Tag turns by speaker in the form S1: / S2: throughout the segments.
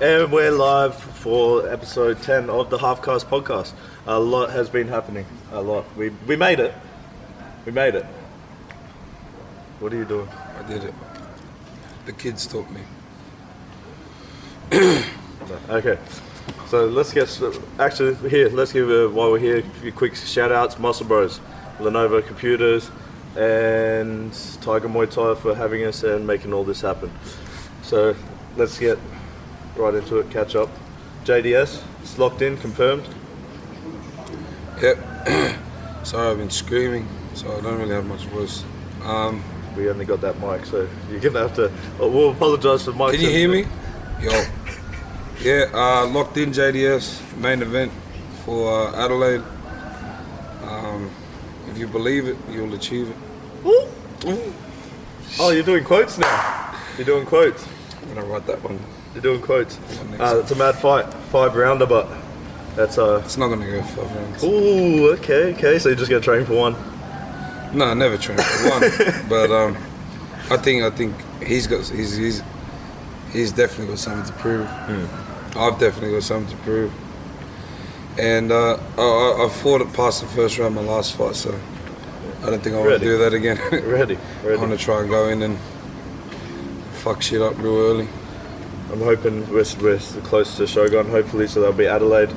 S1: And we're live for episode 10 of the Halfcast podcast. A lot has been happening. A lot. We, we made it. We made it. What are you doing?
S2: I did it. The kids taught me.
S1: Okay. So let's get, s- actually, here, let's give, uh, while we're here, a few quick shout outs Muscle Bros, Lenovo Computers, and Tiger Muay Thai for having us and making all this happen. So let's get right into it, catch up. JDS, it's locked in, confirmed.
S2: Yep. Sorry, I've been screaming, so I don't really have much voice. Um,
S1: We only got that mic, so you're gonna have to. oh, We'll apologise for mic.
S2: can you hear me? Yo. Yeah, uh, locked in JDS main event for uh, Adelaide. Um, if you believe it, you'll achieve it.
S1: Oh, you're doing quotes now. You're doing quotes.
S2: I'm gonna write that one.
S1: You're doing quotes.
S2: makes
S1: Uh, it's a mad fight, five rounder, but that's uh.
S2: It's not gonna go five rounds.
S1: Ooh, okay, okay. So you're just gonna train for one.
S2: No, I never trained for one. but um, I think I think he's got he's he's he's definitely got something to prove. I've definitely got something to prove. And uh, I- I, I fought it past the first round my last fight, so I don't think I want
S1: Ready.
S2: to do that again.
S1: Ready,
S2: I
S1: ready.
S2: want to try and go in and fuck shit up real early.
S1: I'm hoping we're, we're close to Shogun, hopefully, so that'll be Adelaide.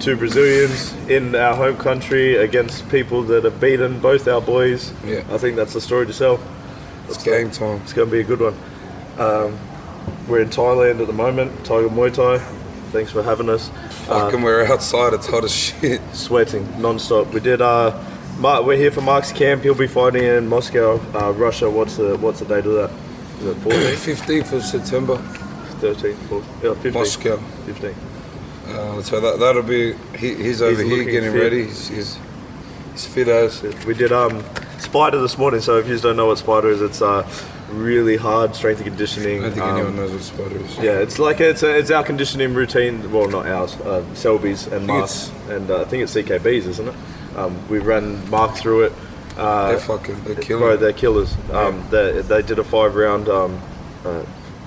S1: Two Brazilians in our home country against people that have beaten both our boys.
S2: Yeah.
S1: I think that's the story to sell.
S2: It's game time.
S1: It's going to be a good one. Um, we're in Thailand at the moment, Tiger Muay Thai. Thanks for having us. Uh,
S2: Fucking we're outside. It's hot as shit.
S1: sweating non-stop. We did. Uh, Mark, we're here for Mark's camp. He'll be fighting in Moscow, uh, Russia. What's the What's the date of that? Is it 14th,
S2: 15th of September,
S1: 13th, 14th, yeah, 15th,
S2: Moscow.
S1: 15th.
S2: Uh, so that that'll be he, he's over here
S1: looking
S2: getting
S1: fit.
S2: ready. He's, he's he's fit as.
S1: We did um, Spider this morning. So if you don't know what Spider is, it's uh, really hard strength and
S2: I
S1: conditioning.
S2: don't think
S1: um,
S2: anyone knows what spider is.
S1: Yeah, it's like it's a, it's our conditioning routine. Well, not ours, uh, Selby's and
S2: think
S1: Mark's, and uh, I think it's CKB's, isn't it? Um, we ran Mark through it. Uh,
S2: they're fucking they're
S1: Bro,
S2: killing.
S1: they're killers. Um, they, they did a five round. Um, uh,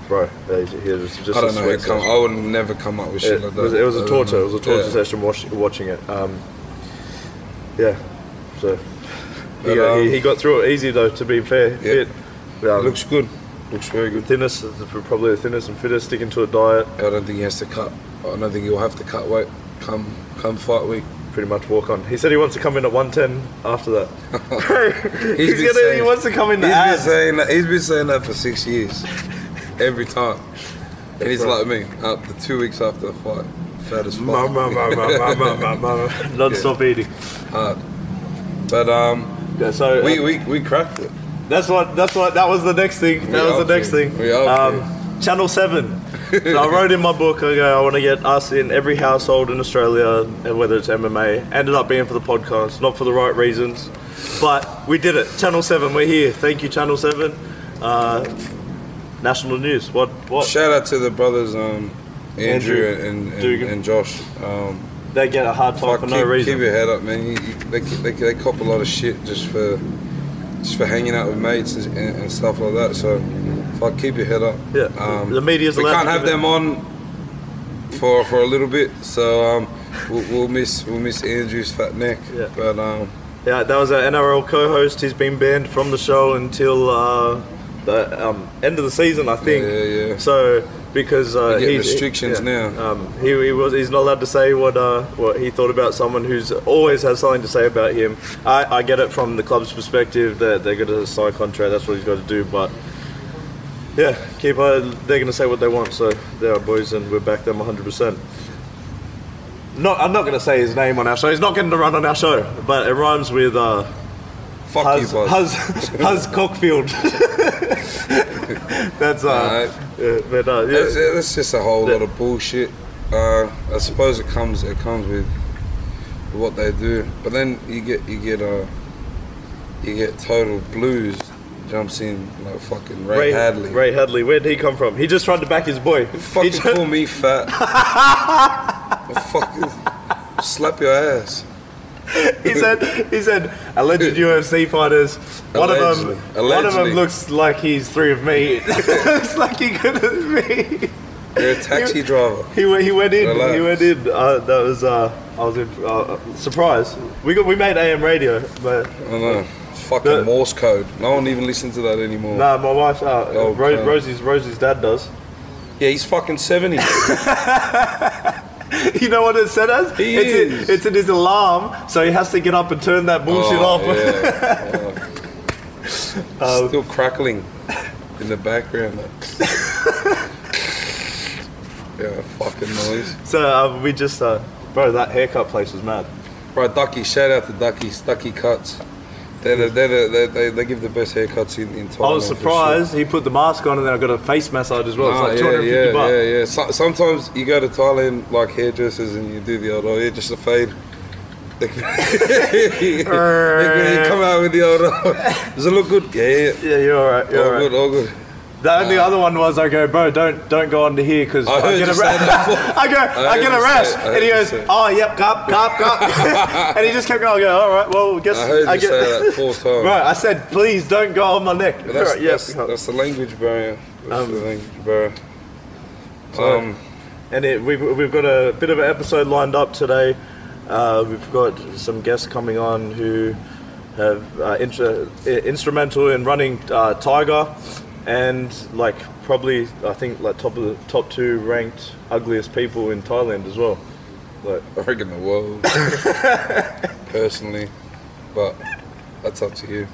S1: bro, they, it was just
S2: I
S1: a
S2: don't know.
S1: sweat
S2: It come,
S1: session.
S2: I would never come up with shit
S1: It
S2: like that.
S1: was, it was
S2: I
S1: a
S2: don't
S1: torture.
S2: know.
S1: It was a torture
S2: Yeah.
S1: session watch, watching it. Um, yeah, so he,
S2: But,
S1: got, he,
S2: um,
S1: he got through it easy though. To be fair,
S2: Yeah.
S1: fit. Um,
S2: It looks good. Looks very good.
S1: thinnest, probably the thinnest and fittest. Sticking to a diet,
S2: I don't think he has to cut. I don't think he'll have to cut weight. Come come fight week.
S1: pretty much walk on. He said he wants to come in at 110 after that. Bro, he's gonna,
S2: been
S1: he
S2: saying-
S1: wants to come in
S2: He's
S1: the
S2: been
S1: abs.
S2: saying that. He's been saying that for six years, every time. And he's like me. After two weeks after the fight, fat as fuck.
S1: Ma, ma, ma, ma, ma, ma, ma, ma. Non-stop eating.
S2: But um,
S1: Yeah, so uh,
S2: we, we we cracked it.
S1: That's what. That's what. That was the next thing. That
S2: We
S1: was
S2: up
S1: the next
S2: to it.
S1: thing. Um,
S2: We up to
S1: Channel Seven. so I wrote in my book. I go. I want to get us in every household in Australia, and whether it's MMA. Ended up being for the podcast, not for the right reasons, but we did it. Channel Seven. We're here. Thank you, Channel Seven. Uh, national news. What? What?
S2: Shout out to the brothers, um, Andrew,
S1: Andrew
S2: and and,
S1: Dugan.
S2: and Josh. Um,
S1: They get a hard time
S2: Fuck,
S1: for
S2: keep,
S1: no reason.
S2: keep your head up, man. You, you, they, they, they cop a lot of shit just for just for hanging out with mates and, and, and stuff like that. So, fuck, keep your head up. Um,
S1: Yeah, the media's
S2: We
S1: allowed
S2: can't
S1: to
S2: have
S1: give it-
S2: them on for for a little bit, so um, we'll, we'll miss we'll miss Andrew's fat neck.
S1: Yeah.
S2: But um,
S1: Yeah, that was our NRL co-host. He's been banned from the show until uh, the um, end of the season, I think.
S2: Yeah, yeah, yeah.
S1: So because uh,
S2: We get
S1: he-
S2: restrictions
S1: yeah,
S2: now.
S1: Um, he, he was he's not allowed to say what uh, what he thought about someone who's always has something to say about him. I, I get it from the club's perspective that they're going to sign a contract. That's what he's got to do, but. Yeah, keep. Uh, they're going to say what they want, so they're our boys, and we back them 100. percent Not, I'm not going to say his name on our show. He's not getting to run on our show, but it rhymes with uh,
S2: fuck
S1: Huz,
S2: you, boss.
S1: Huz, Huz Cockfield. That's uh,
S2: Alright.
S1: yeah, but uh,
S2: That's,
S1: yeah,
S2: that's just a whole lot of bullshit. Uh, I suppose it comes it comes with what they do, but then you get you get uh, you get total blues jumps in like fucking Ray, Hadley.
S1: Ray Hadley. Where did he come from? He just tried to back his boy. He
S2: Fucking
S1: just-
S2: call me fat. fucking slap your ass.
S1: he said, he said, alleged UFC fighters. One of them,
S2: Allegedly.
S1: one of them
S2: Allegedly.
S1: looks like he's three of me. looks like he could have me.
S2: You're a taxi driver.
S1: He went. He went in.
S2: Relax.
S1: He went in. Uh, that was. Uh, I was in, uh, surprised. We got. We made AM radio, but
S2: I don't know. Fucking
S1: The-
S2: Morse code. No one even listens to that anymore.
S1: nah, my wife. Uh,
S2: Oh,
S1: Ro-
S2: crap.
S1: Rosie's Rosie's dad does.
S2: Yeah, he's fucking 70.
S1: You know what it said as?
S2: He
S1: it's,
S2: is.
S1: In, it's in his alarm, so he has to get up and turn that bullshit
S2: Oh,
S1: off. Uh,
S2: yeah. Oh. Still crackling in the background. Like. yeah, fucking noise.
S1: so uh, we just, uh, bro, that haircut place was mad.
S2: Right, Ducky, shout out to Ducky, Ducky Cuts. They're the, they're the, they, they, they give the best haircuts in, in Thailand.
S1: I was
S2: for sure.
S1: surprised he put the mask on, and then I got a face massage as well.
S2: Nah,
S1: it's like
S2: Oh, yeah,
S1: 250
S2: yeah,
S1: bucks.
S2: yeah, yeah. So, sometimes you go to Thailand like hairdressers and you do the old, oh yeah, just a fade. They- you come out with the old, oh, does it look good? Yeah, yeah.
S1: Yeah, you're all right. You're
S2: all
S1: all right.
S2: good, all good.
S1: The only other one was I go, bro, don't don't go onto here because
S2: I
S1: I,
S2: heard
S1: get
S2: you
S1: a
S2: say that before.
S1: rash. I go, I,
S2: heard
S1: get
S2: you
S1: a
S2: say
S1: rash,
S2: it. I
S1: and he
S2: heard you
S1: goes,
S2: say it.
S1: oh yep, cop, cop, cop, and he just kept going. I go, all right, well, guess
S2: I heard you
S1: I get.
S2: say that four times.
S1: Bro, I said, please don't go on my neck.
S2: But that's,
S1: All right, yep,
S2: that's,
S1: cop.
S2: that's the language barrier. That's
S1: Um,
S2: the language barrier.
S1: so-
S2: Um,
S1: And it, we've, we've got a bit of an episode lined up today. Uh, we've got some guests coming on who have uh, intra, i- instrumental in running uh, Tiger, and like probably I think like top of the top two ranked ugliest people in Thailand as well. Like
S2: I reckon the world, personally, but that's up to you.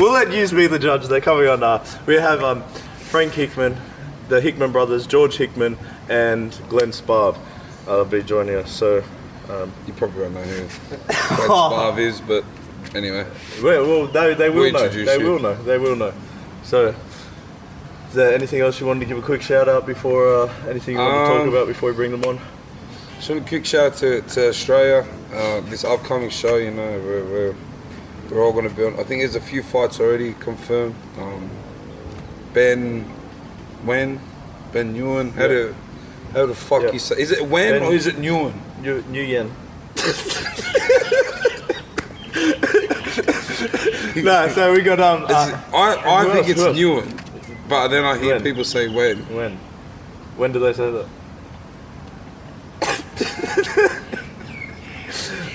S1: we'll let you be the judge. They're coming on. Uh, we have um, Frank Hickman, the Hickman brothers, George Hickman, and Glenn Sparb. Uh, be joining us. So
S2: You probably won't know who Fred Spav is, but anyway.
S1: Well, well they, they will
S2: We'll
S1: know.
S2: introduce
S1: They
S2: you.
S1: will know. They will know. So, is there anything else you wanted to give a quick shout out before uh, anything you want to
S2: Um,
S1: talk about before we bring them on?
S2: Just want a quick shout out to, to Australia. Uh, this upcoming show, you know, we're, we're, we're all going to be on. I think there's a few fights already confirmed. Um, ben, when? Ben Newen. How, do, how the fuck
S1: Yeah.
S2: you say? Is it Wen
S1: Ben-
S2: or is it Newen?
S1: New, New Yen. no, so we got um.
S2: Is it-
S1: Uh,
S2: I, I
S1: who else,
S2: think it's
S1: who else?
S2: Newen, but then I hear
S1: Wen.
S2: people say Wen.
S1: when? When did they say that?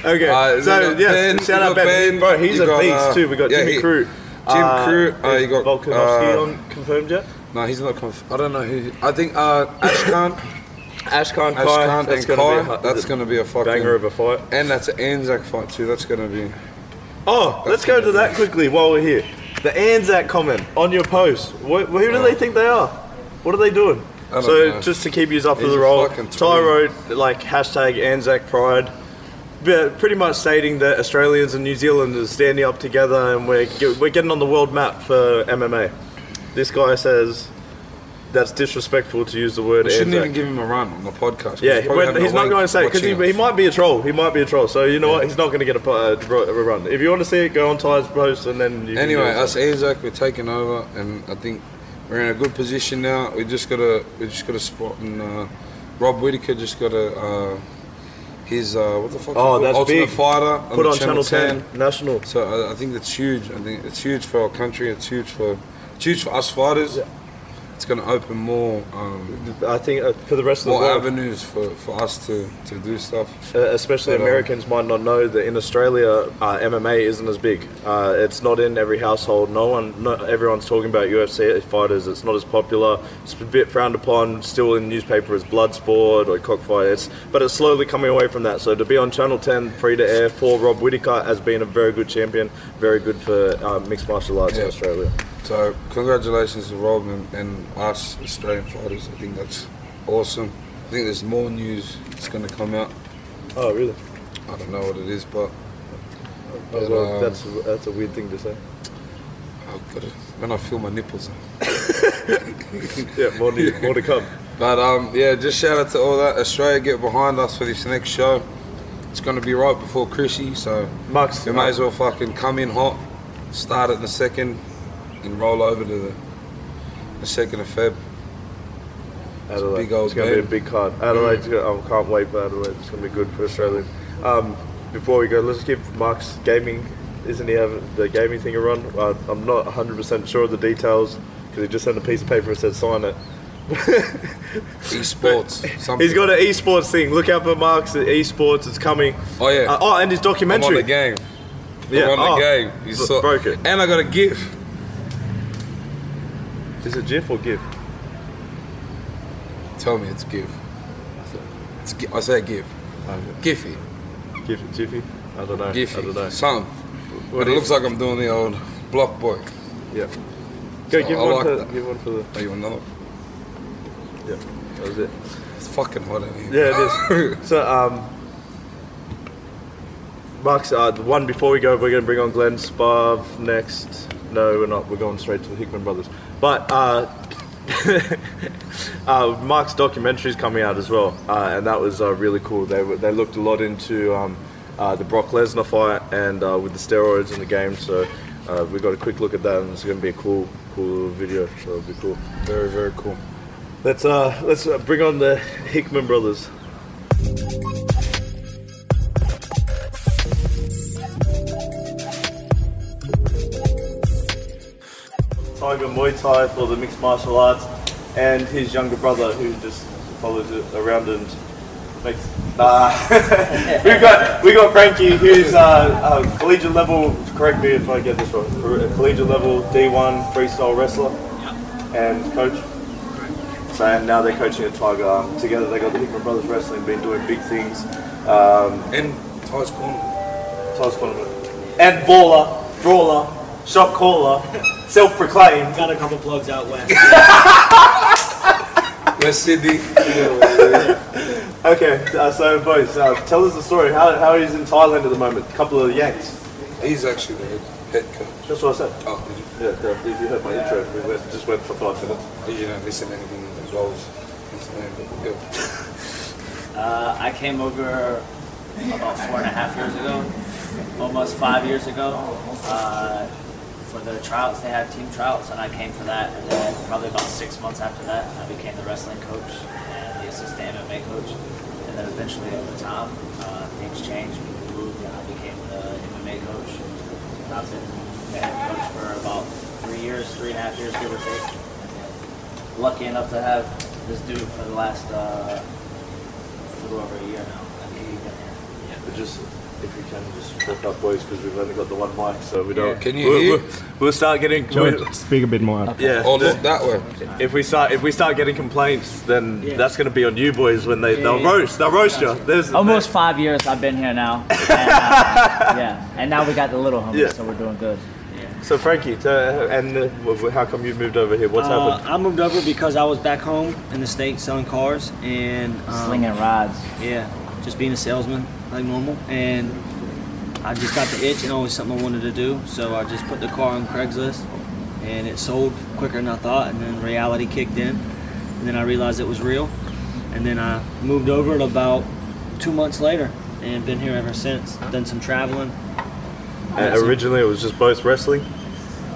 S1: okay,
S2: Uh,
S1: so
S2: we got
S1: yes,
S2: Ben,
S1: shout
S2: we
S1: out
S2: got
S1: Ben.
S2: Ben,
S1: Bro, he's
S2: you
S1: a
S2: got,
S1: beast
S2: uh,
S1: too. We got
S2: yeah,
S1: Jimmy
S2: he-
S1: Crew.
S2: Jim Crew, uh, you got,
S1: Volkanovski
S2: uh,
S1: on confirmed yet?
S2: No, he's not confirmed. I don't know who. I think uh, Ash Khan.
S1: Ashkan
S2: Ash Khan and Kai. That's going to be a fucking.
S1: banger of a fight.
S2: And that's an Anzac fight too. That's going to be.
S1: Oh, let's go to that quickly while we're here. The Anzac comment on your post. What, who do they think they are? What are they doing?
S2: Oh. I don't
S1: So
S2: know.
S1: just to keep you up for
S2: He's
S1: the
S2: a
S1: role,
S2: fucking twin.
S1: Ty wrote like hashtag Anzac Pride, yeah, pretty much stating that Australians and New Zealanders standing up together and we're ge- we're getting on the world map for MMA. This guy says that's disrespectful to use the word
S2: We shouldn't
S1: Anzac.
S2: even give him a run on the podcast.
S1: Yeah,
S2: probably
S1: when-
S2: having
S1: he's
S2: a
S1: not
S2: wank
S1: going to say because he,
S2: watching
S1: he
S2: us.
S1: might be a troll. He might be a troll. So you know what? He's not going to get a, pu- a, ru- a run. If you want to see it, go on Ty's post and then. You can
S2: Anyway,
S1: do it.
S2: us Anzac, we're taking over, and I think we're in a good position now. We just got to, we just got to spot, and uh, Rob Whitaker just got a, uh, his uh, what the fuck? is it
S1: Oh,
S2: called?
S1: that's
S2: Ultimate
S1: big.
S2: Fighter on
S1: put
S2: the
S1: on Channel Ten, National.
S2: So uh, I, I think that's huge. I think it's huge for our country. It's huge for, it's huge for us fighters. It's going to open more, um,
S1: I think uh, for the rest of the
S2: more
S1: world,
S2: avenues for, for us to, to do stuff.
S1: uh, especially
S2: But, um,
S1: Americans might not know that in Australia, uh, MMA isn't as big. Uh, it's not in every household. No one, no, everyone's talking about UFC fighters. It's not as popular. It's a bit frowned upon. Still in newspaper as blood sport or cockfight. It's, but it's slowly coming away from that. So to be on Channel 10, free to air for Rob Whitaker has been a very good champion. Very good for uh, mixed martial arts in
S2: Yeah.
S1: Australia.
S2: So congratulations to Rob and, and us Australian fighters. I think that's awesome. I think there's more news that's going to come out.
S1: Oh really?
S2: I don't know what it is, but
S1: Oh,
S2: But,
S1: well,
S2: um,
S1: that's that's a weird thing to say.
S2: I've got to, when I feel my nipples.
S1: Yeah, more, to- more to come.
S2: But um, yeah, just shout out to all that Australia. Get behind us for this next show. It's going to be right before Chrissy, so
S1: Max,
S2: you may as well fucking come in hot, start at the second, and roll over to the the second of Feb.
S1: Adelaide.
S2: big old
S1: it's going to be a
S2: game.
S1: big card. Adelaide's gonna, I can't wait for Adelaide. It's going to be good for Australia. Um, before we go, let's give Mark's gaming. Isn't he have the gaming thing a run? Uh, I'm not 100% sure of the details because he just sent a piece of paper and said sign it.
S2: Esports. Something.
S1: He's got an esports thing. Look out for Mark's at esports. It's coming.
S2: Oh, yeah.
S1: Uh, oh, and his
S2: I'm on
S1: documentary.
S2: the game.
S1: Yeah.
S2: I'm on
S1: oh,
S2: the game. You
S1: bro-
S2: saw-
S1: broke it.
S2: And I got a gift.
S1: Is it GIF or GIF?
S2: Tell me it's give. It's, gi- I say give. Giphy.
S1: Uh, GIF, Jiffy? I don't know. I don't know.
S2: Giphy. Some.
S1: What
S2: But it
S1: is-
S2: looks like I'm doing the old block boy.
S1: Yeah. Go
S2: So
S1: give
S2: I
S1: one.
S2: like
S1: for,
S2: that.
S1: Give one for the.
S2: Oh, you want another?
S1: Yeah. That was it.
S2: It's fucking hot in here.
S1: Yeah, it is. so, um, Mark's uh, the one before we go, we're going to bring on Glenn Sparv next. No, we're not. We're going straight to the Hickman brothers. But uh, uh, Mark's documentary is coming out as well, uh, and that was uh, really cool. They were, they looked a lot into um, uh, the Brock Lesnar fight and uh, with the steroids in the game. So uh, we got a quick look at that, and it's going to be a cool cool little video. So it'll be cool.
S2: Very, very cool.
S1: Let's uh, let's uh, bring on the Hickman brothers. Tiger Muay Thai for the mixed martial arts, and his younger brother who just follows it around and makes. Nah, we got we got Frankie who's uh, uh, collegiate level. Correct me if I get this wrong. cor- Collegiate level D1 freestyle wrestler and coach. So and now they're coaching at Tiger. Um, together they got the Hickman Brothers Wrestling, been doing big things. Um,
S2: And Ty's corner.
S1: Ty's Condiment. And baller, brawler, shot caller, self-proclaimed.
S3: Got a couple plugs out west.
S2: West Sydney.
S1: Okay, uh, so boys, uh, tell us the story. How how is in Thailand at the moment? couple of Yanks.
S2: He's actually the head, head coach.
S1: That's what I said.
S2: Oh, did you?
S1: Yeah, the- if you heard my intro, we went, just went for five minutes.
S2: You don't listen to anything that involves his name, but yeah.
S3: Uh, I came over about four and a half years ago, almost five years ago, uh, for the tryouts. They had team tryouts, and I came for that. And then probably about six months after that, I became the wrestling coach and the assistant MMA coach. And then eventually, over time, uh, things changed. People moved, and I became the MMA coach. And I've been head coach for about three years, three and a half years, give or take. Lucky enough to have this dude for the last. Uh, a little over a year now. I think you've been here.
S1: But just if you can, just wrap up, boys, because we've only got the one mic, so we don't.
S3: Yeah.
S2: Can you
S1: we'll,
S2: hear?
S1: We'll, we'll start getting. we'll-
S4: speak a bit more.
S1: yeah.
S2: Oh, look that way.
S1: If we start if we start getting complaints, then
S3: Yeah.
S1: that's going to be on you boys when they
S3: Yeah,
S1: they'll
S3: yeah.
S1: roast they'll roast you. There's
S3: Almost five years I've been here now. And, uh, yeah, and now we got the little homies,
S1: Yeah.
S3: so we're doing good. Yeah.
S1: So Frankie, to, and uh, wh- wh- how come you moved over here? What's
S3: Ah,
S5: Uh,
S1: happened?
S5: I moved over because I was back home in the States selling cars and um,
S3: Slinging rods.
S5: Yeah, just being a salesman like normal. And I just got the itch and always something I wanted to do. So I just put the car on Craigslist and it sold quicker than I thought. And then reality kicked in. And then I realized it was real. And then I moved over it about two months later and been here ever since. Done some traveling.
S1: Uh, originally, it was just both wrestling.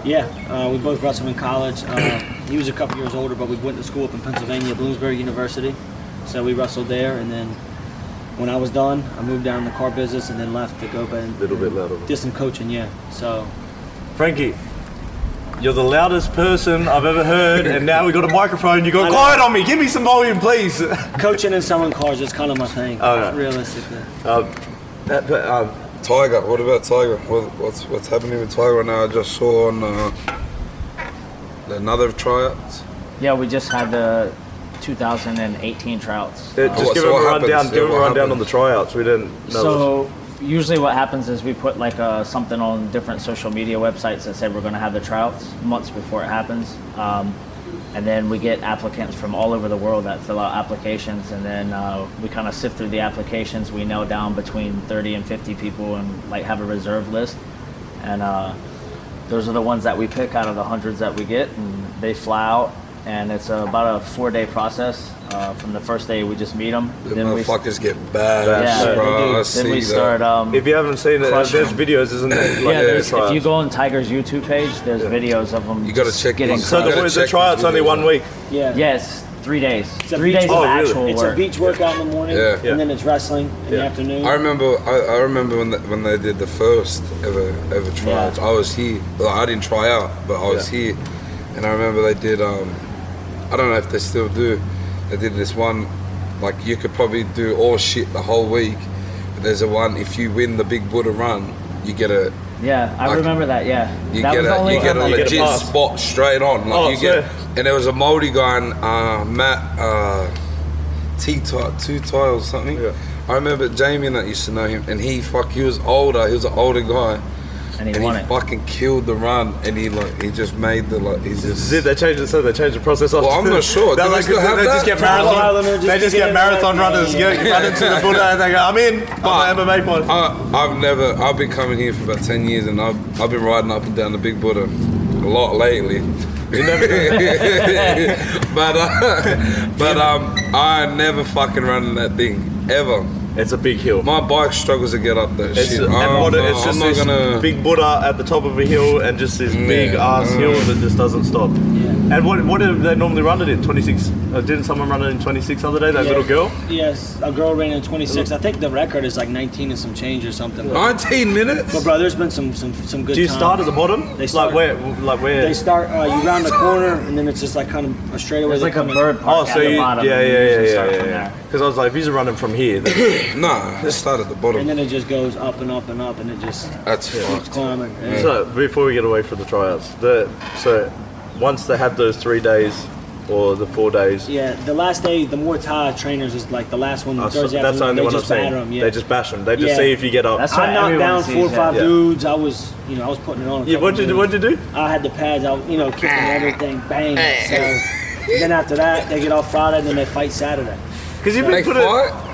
S5: Yeah, uh, we both wrestled in college. Uh, he was a couple years older, but we went to school up in Pennsylvania, Bloomsburg University. So we wrestled there, and then when I was done, I moved down to the car business and then left to go back and
S1: Little bit louder.
S5: did some coaching. Yeah, so
S1: Frankie, you're the loudest person I've ever heard, and now we got a microphone. You got quiet on me. Give me some volume, please.
S5: coaching and selling cars is kind of my thing,
S1: Alright.
S5: realistically.
S1: Um, that, but, um,
S2: Tiger, what about Tiger? What, what's what's happening with Tiger right now? I just saw on uh, another tryout.
S3: Yeah, we just had the 2018 tryouts.
S1: uh, just
S2: what-
S1: give him
S2: so
S1: a
S2: what
S1: rundown.
S2: happens?
S1: Give
S2: Yeah,
S1: him a
S2: what
S1: rundown on the
S2: happens?
S1: tryouts. We didn't know.
S3: So usually what happens is we put like uh, something on different social media websites that say we're going to have the tryouts months before it happens. Um, and then we get applicants from all over the world that fill out applications, and then uh, we kind of sift through the applications. We nail down between 30 and 50 people, and like have a reserve list. And uh, those are the ones that we pick out of the hundreds that we get, and they fly out. And it's about a four-day process. Uh, from the first day, we just meet them.
S2: The motherfuckers get bad,
S3: Yeah.
S2: bro. I see
S3: Then we
S2: that.
S3: start. Um,
S1: if you haven't seen it, uh,
S3: Crush
S1: there's
S3: him.
S1: videos, isn't there?
S3: yeah, there's, if
S1: tryouts.
S3: you go on Tiger's YouTube page, there's videos of them.
S2: You gotta check
S3: getting
S2: these.
S1: so
S2: You
S1: the,
S2: gotta
S1: boys, the
S2: check
S1: tryouts
S2: these
S1: only
S2: videos
S1: one
S2: out.
S1: week.
S5: Yeah,
S3: Yes, three days.
S5: a
S3: Three
S5: beach-
S3: days
S1: Oh,
S3: of
S1: really?
S3: actual
S5: it's
S3: work.
S5: a beach workout in the morning,
S2: Yeah.
S1: Yeah.
S5: and then it's wrestling in the
S1: Yeah.
S5: afternoon.
S2: I remember, I, I remember when the, when they did the first ever ever tryouts. I was here. Like, I didn't try out, but I was here, and I remember they did um, I don't know if they still do. They did this one, like you could probably do all shit the whole week. But there's a one if you win the Big Buddha Run, you get a
S3: Yeah, I
S2: Like,
S3: remember that. Yeah,
S2: you
S3: that
S2: get
S3: was the
S2: a
S3: only
S2: you get a
S3: time I-
S1: You get a
S2: legit
S1: pass.
S2: spot straight on. Like
S1: Oh,
S2: you get,
S1: sure.
S2: and there was a Maori guy and uh, Matt uh, T two tiles something.
S1: Yeah.
S2: I remember Jamie and that used to know him, and he fuck he was older. He was an older guy,
S3: and he
S2: and
S3: won
S2: he
S3: it.
S2: fucking killed the run. And he like he just made the like he just
S1: Did they change it? So they changed the process.
S2: Well, I'm not sure.
S1: They're
S2: Do they
S1: like,
S2: still have
S1: they just
S2: that?
S1: get
S5: Well,
S1: marathon.
S5: let me just
S1: they just
S5: get
S1: get
S5: it
S1: marathon
S5: right.
S1: runners. Get run into the Buddha and they go, "I'm in."
S2: Ah.
S1: I'm an MMA pod.
S2: I, I've never. I've been coming here for about ten years, and I've I've been riding up and down the Big Buddha a lot lately. but uh, but um, I never fucking running that thing ever.
S1: It's a big hill.
S2: My bike struggles to get up that
S1: It's,
S2: shit.
S1: and
S2: I'm,
S1: what it-
S2: not-
S1: it's just
S2: I'm not
S1: this
S2: gonna.
S1: big Buddha at the top of a hill and just this big
S2: Yeah. Mm.
S1: ass hill that just doesn't stop.
S5: Yeah.
S1: And what what do they normally run it in? 26. Uh, didn't someone run it in 26 the other day? That
S5: Yeah.
S1: little girl.
S5: Yes, a girl ran in 26. I think the record is like 19 and some change or something. But,
S2: 19 minutes.
S5: bro, there's been some some some good.
S1: Do you
S5: times.
S1: start at the bottom?
S5: They start-
S1: like where? Like where?
S5: They start. Uh, you round the corner, and then it's just like kind of a straightaway.
S3: There's like
S5: that
S3: a
S5: come in.
S3: bird
S1: Oh,
S3: park
S1: so
S3: at
S1: you,
S3: the bottom.
S1: yeah,
S3: and you
S1: yeah,
S3: usually
S1: yeah,
S3: start
S1: yeah,
S3: from
S1: yeah.
S3: there.
S1: Because I was like, if he's running from here, then
S2: Nah, let's start at the
S5: And
S2: bottom.
S5: then it just goes up and up and up, and it just
S2: That's
S5: keeps
S2: fucked.
S5: climbing. And
S1: So before we get away from the tryouts, the so once they had those three days or the four days,
S5: Yeah, the last day, the Muay Thai trainers is like the last one. The
S1: uh, so
S5: Thursday
S1: that's the
S5: afternoon,
S1: only
S5: they
S1: one I'm
S5: just batter
S1: saying.
S5: 'em, yeah.
S1: They just bash them. They just
S5: Yeah.
S1: see if you get up. Ah,
S3: That's
S5: I
S3: what
S5: knocked
S3: everyone
S5: down
S3: sees,
S5: four or
S3: yeah.
S5: five
S1: Yeah.
S5: dudes. I was, you know, I was putting it on. a
S1: yeah,
S5: couple
S1: what did you,
S5: dudes.
S1: what did you do?
S5: I had the pads out, you know, kicking everything, bang. So then after that, they get off Friday, and then they fight Saturday.
S1: Because you've
S2: They
S1: been put it,
S2: fight.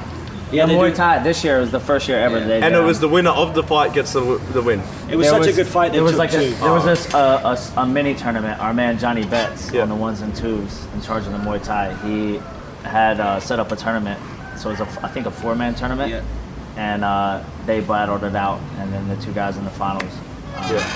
S5: Yeah,
S3: The
S5: they
S3: Muay
S5: do.
S3: Thai this year was the first year ever
S5: Yeah.
S3: they did. um,
S1: and
S3: it
S1: it was the winner of the fight gets the, w- the win.
S5: It was
S3: There
S5: such a good fight. They
S3: There was
S5: took
S3: like a,
S5: two.
S3: there was
S2: Oh.
S3: this uh, a s- a, mini tournament. Our man Johnny Betts
S1: Yeah.
S3: on the ones and twos in charge of the Muay Thai. He had uh, set up a tournament, so it was a f I think a four man tournament,
S5: Yeah.
S3: and uh, they battled it out, and then the two guys in the finals.
S1: Yeah,
S3: Uh, ended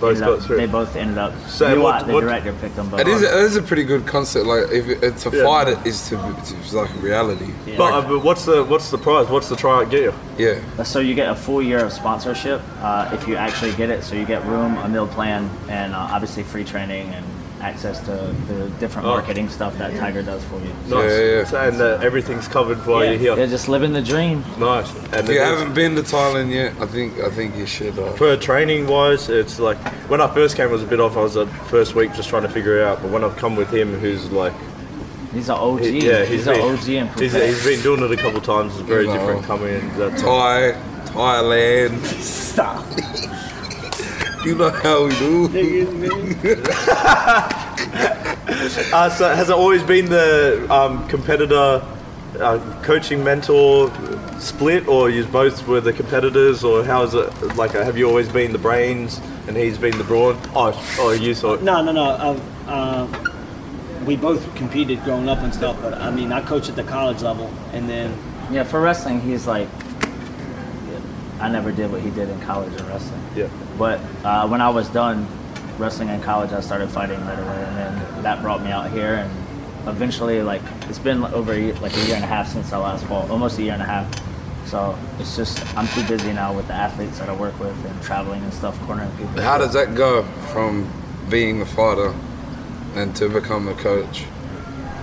S1: both
S3: up-
S1: got
S3: they
S1: through.
S3: both ended up.
S1: So
S3: Miwat,
S1: what-
S3: the
S1: what-
S3: director, picked them both.
S2: It is, it is a pretty good concept. Like if it, to
S1: Yeah.
S2: fight it is to, it's like reality.
S1: But, uh, but what's the what's the prize? What's the tryout get you?
S2: Yeah.
S3: Uh, So you get a full year of sponsorship uh, if you actually get it. So you get room, a meal plan, and uh, obviously free training and access to the different
S1: Oh.
S3: marketing stuff that Tiger does for you.
S1: Nice.
S2: Yeah, yeah, yeah.
S1: So, And uh, everything's covered while you're here.
S3: Yeah, just living the dream.
S1: Nice. And
S2: If you
S1: it is-
S2: haven't been to Thailand yet, I think I think you should. Uh,
S1: For training wise, it's like when I first came, it was a bit off. I was the first week just trying to figure it out. But when I've come with him, who's like,
S3: He's an OG.
S1: he- yeah,
S3: he's, an
S1: been,
S3: OG and
S1: he's, he's been doing it a couple times. It's very
S2: Wow.
S1: different coming in. That time.
S2: Thai, Thailand.
S3: Stop.
S2: You know how we do.
S1: Uh, so has it always been the um, competitor, uh, coaching mentor split, or you both were the competitors, or how is it? Like, have you always been the brains and he's been the brawn? Oh, oh, you saw.
S5: No, no, no. Uh, uh, we both competed growing up and stuff, but I mean, I coached at the college level, and then
S3: Yeah, for wrestling, he's like, I never did what he did in college in wrestling.
S1: Yeah.
S3: But uh, when I was done wrestling in college, I started fighting right away, and then that brought me out here. And eventually, like it's been over a, year- like a year and a half since I last fought, almost a year and a half. So it's just I'm too busy now with the athletes that I work with and traveling and stuff, cornering people.
S2: How does that go from being a fighter and to become a coach?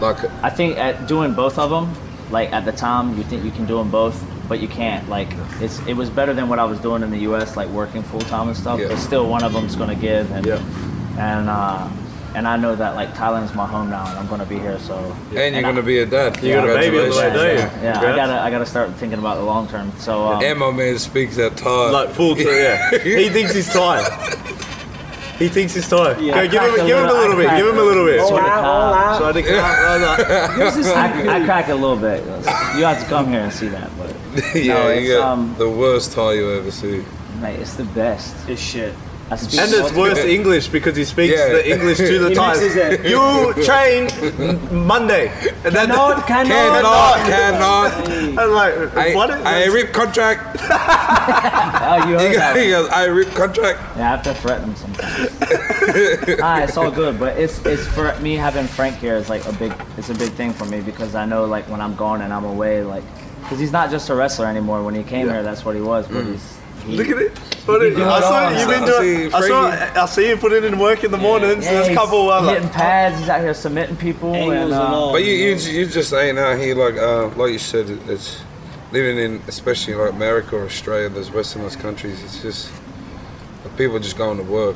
S2: Like,
S3: I think at doing both of them, like at the time, you think you can do them both, but you can't. Like it's it was better than what I was doing in the U.S., like working full time and stuff.
S2: Yeah.
S3: But still, one of them's gonna give, and
S1: Yeah.
S3: and uh, and I know that like Thailand's my home now, and I'm gonna be here. So
S2: and you're
S3: I-
S2: gonna be a dad.
S1: You got a baby on the way,
S2: Congratulations.
S1: don't you?
S3: yeah, yeah, I
S1: Congrats.
S3: gotta I gotta start thinking about the long term. So um,
S2: And my man speaks that Thai.
S1: Like full time, yeah. He thinks he's tired. He thinks he's tired.
S5: Yeah.
S1: Go,
S5: I
S1: give
S3: cracked
S1: him,
S3: a
S1: give him a
S3: little-
S1: little
S3: I
S1: bit. Give him a little bit.
S3: All out, all out.
S5: Oh,
S1: So I think- I was like,
S3: I, I crack a little bit. You have to come here and see that, but
S2: yeah,
S3: No,
S2: you
S3: it's,
S2: got
S3: um,
S2: the worst Thai you ever see.
S3: mate, it's the best.
S5: it's shit.
S3: I speak
S1: And it's
S3: multiple-
S1: worse English because he speaks
S2: Yeah.
S1: the English to the
S5: He
S1: Thai.
S5: mixes it.
S1: You train Monday. And then
S3: Cannot, cannot.
S2: Cannot, cannot.
S1: I'm like,
S2: I,
S1: what?
S2: I rip contract.
S3: Oh, you heard that?
S2: He goes, I rip contract.
S3: Yeah, I have to threaten him sometimes. ah, it's all good, but it's it's for me having Frank here is like a big it's a big thing for me because I know like when I'm gone and I'm away like because he's not just a wrestler anymore. When he came here, that's what he was, but he's
S1: Look at it. Put it.
S3: You
S1: I saw
S3: got
S1: it. You've been
S2: on.
S1: doing.
S2: I
S1: I
S2: see,
S1: saw. I see you put it in work in the mornings. There's a
S3: he's
S1: couple. Uh,
S3: hitting
S1: like,
S3: pads. He's out here submitting people.
S5: Angles
S3: And,
S5: and
S3: uh,
S5: all.
S2: But you, you, you just ain't out here like uh, like you said. it- It's living in especially like America or Australia, those westernized countries. It's just like, people just going to work,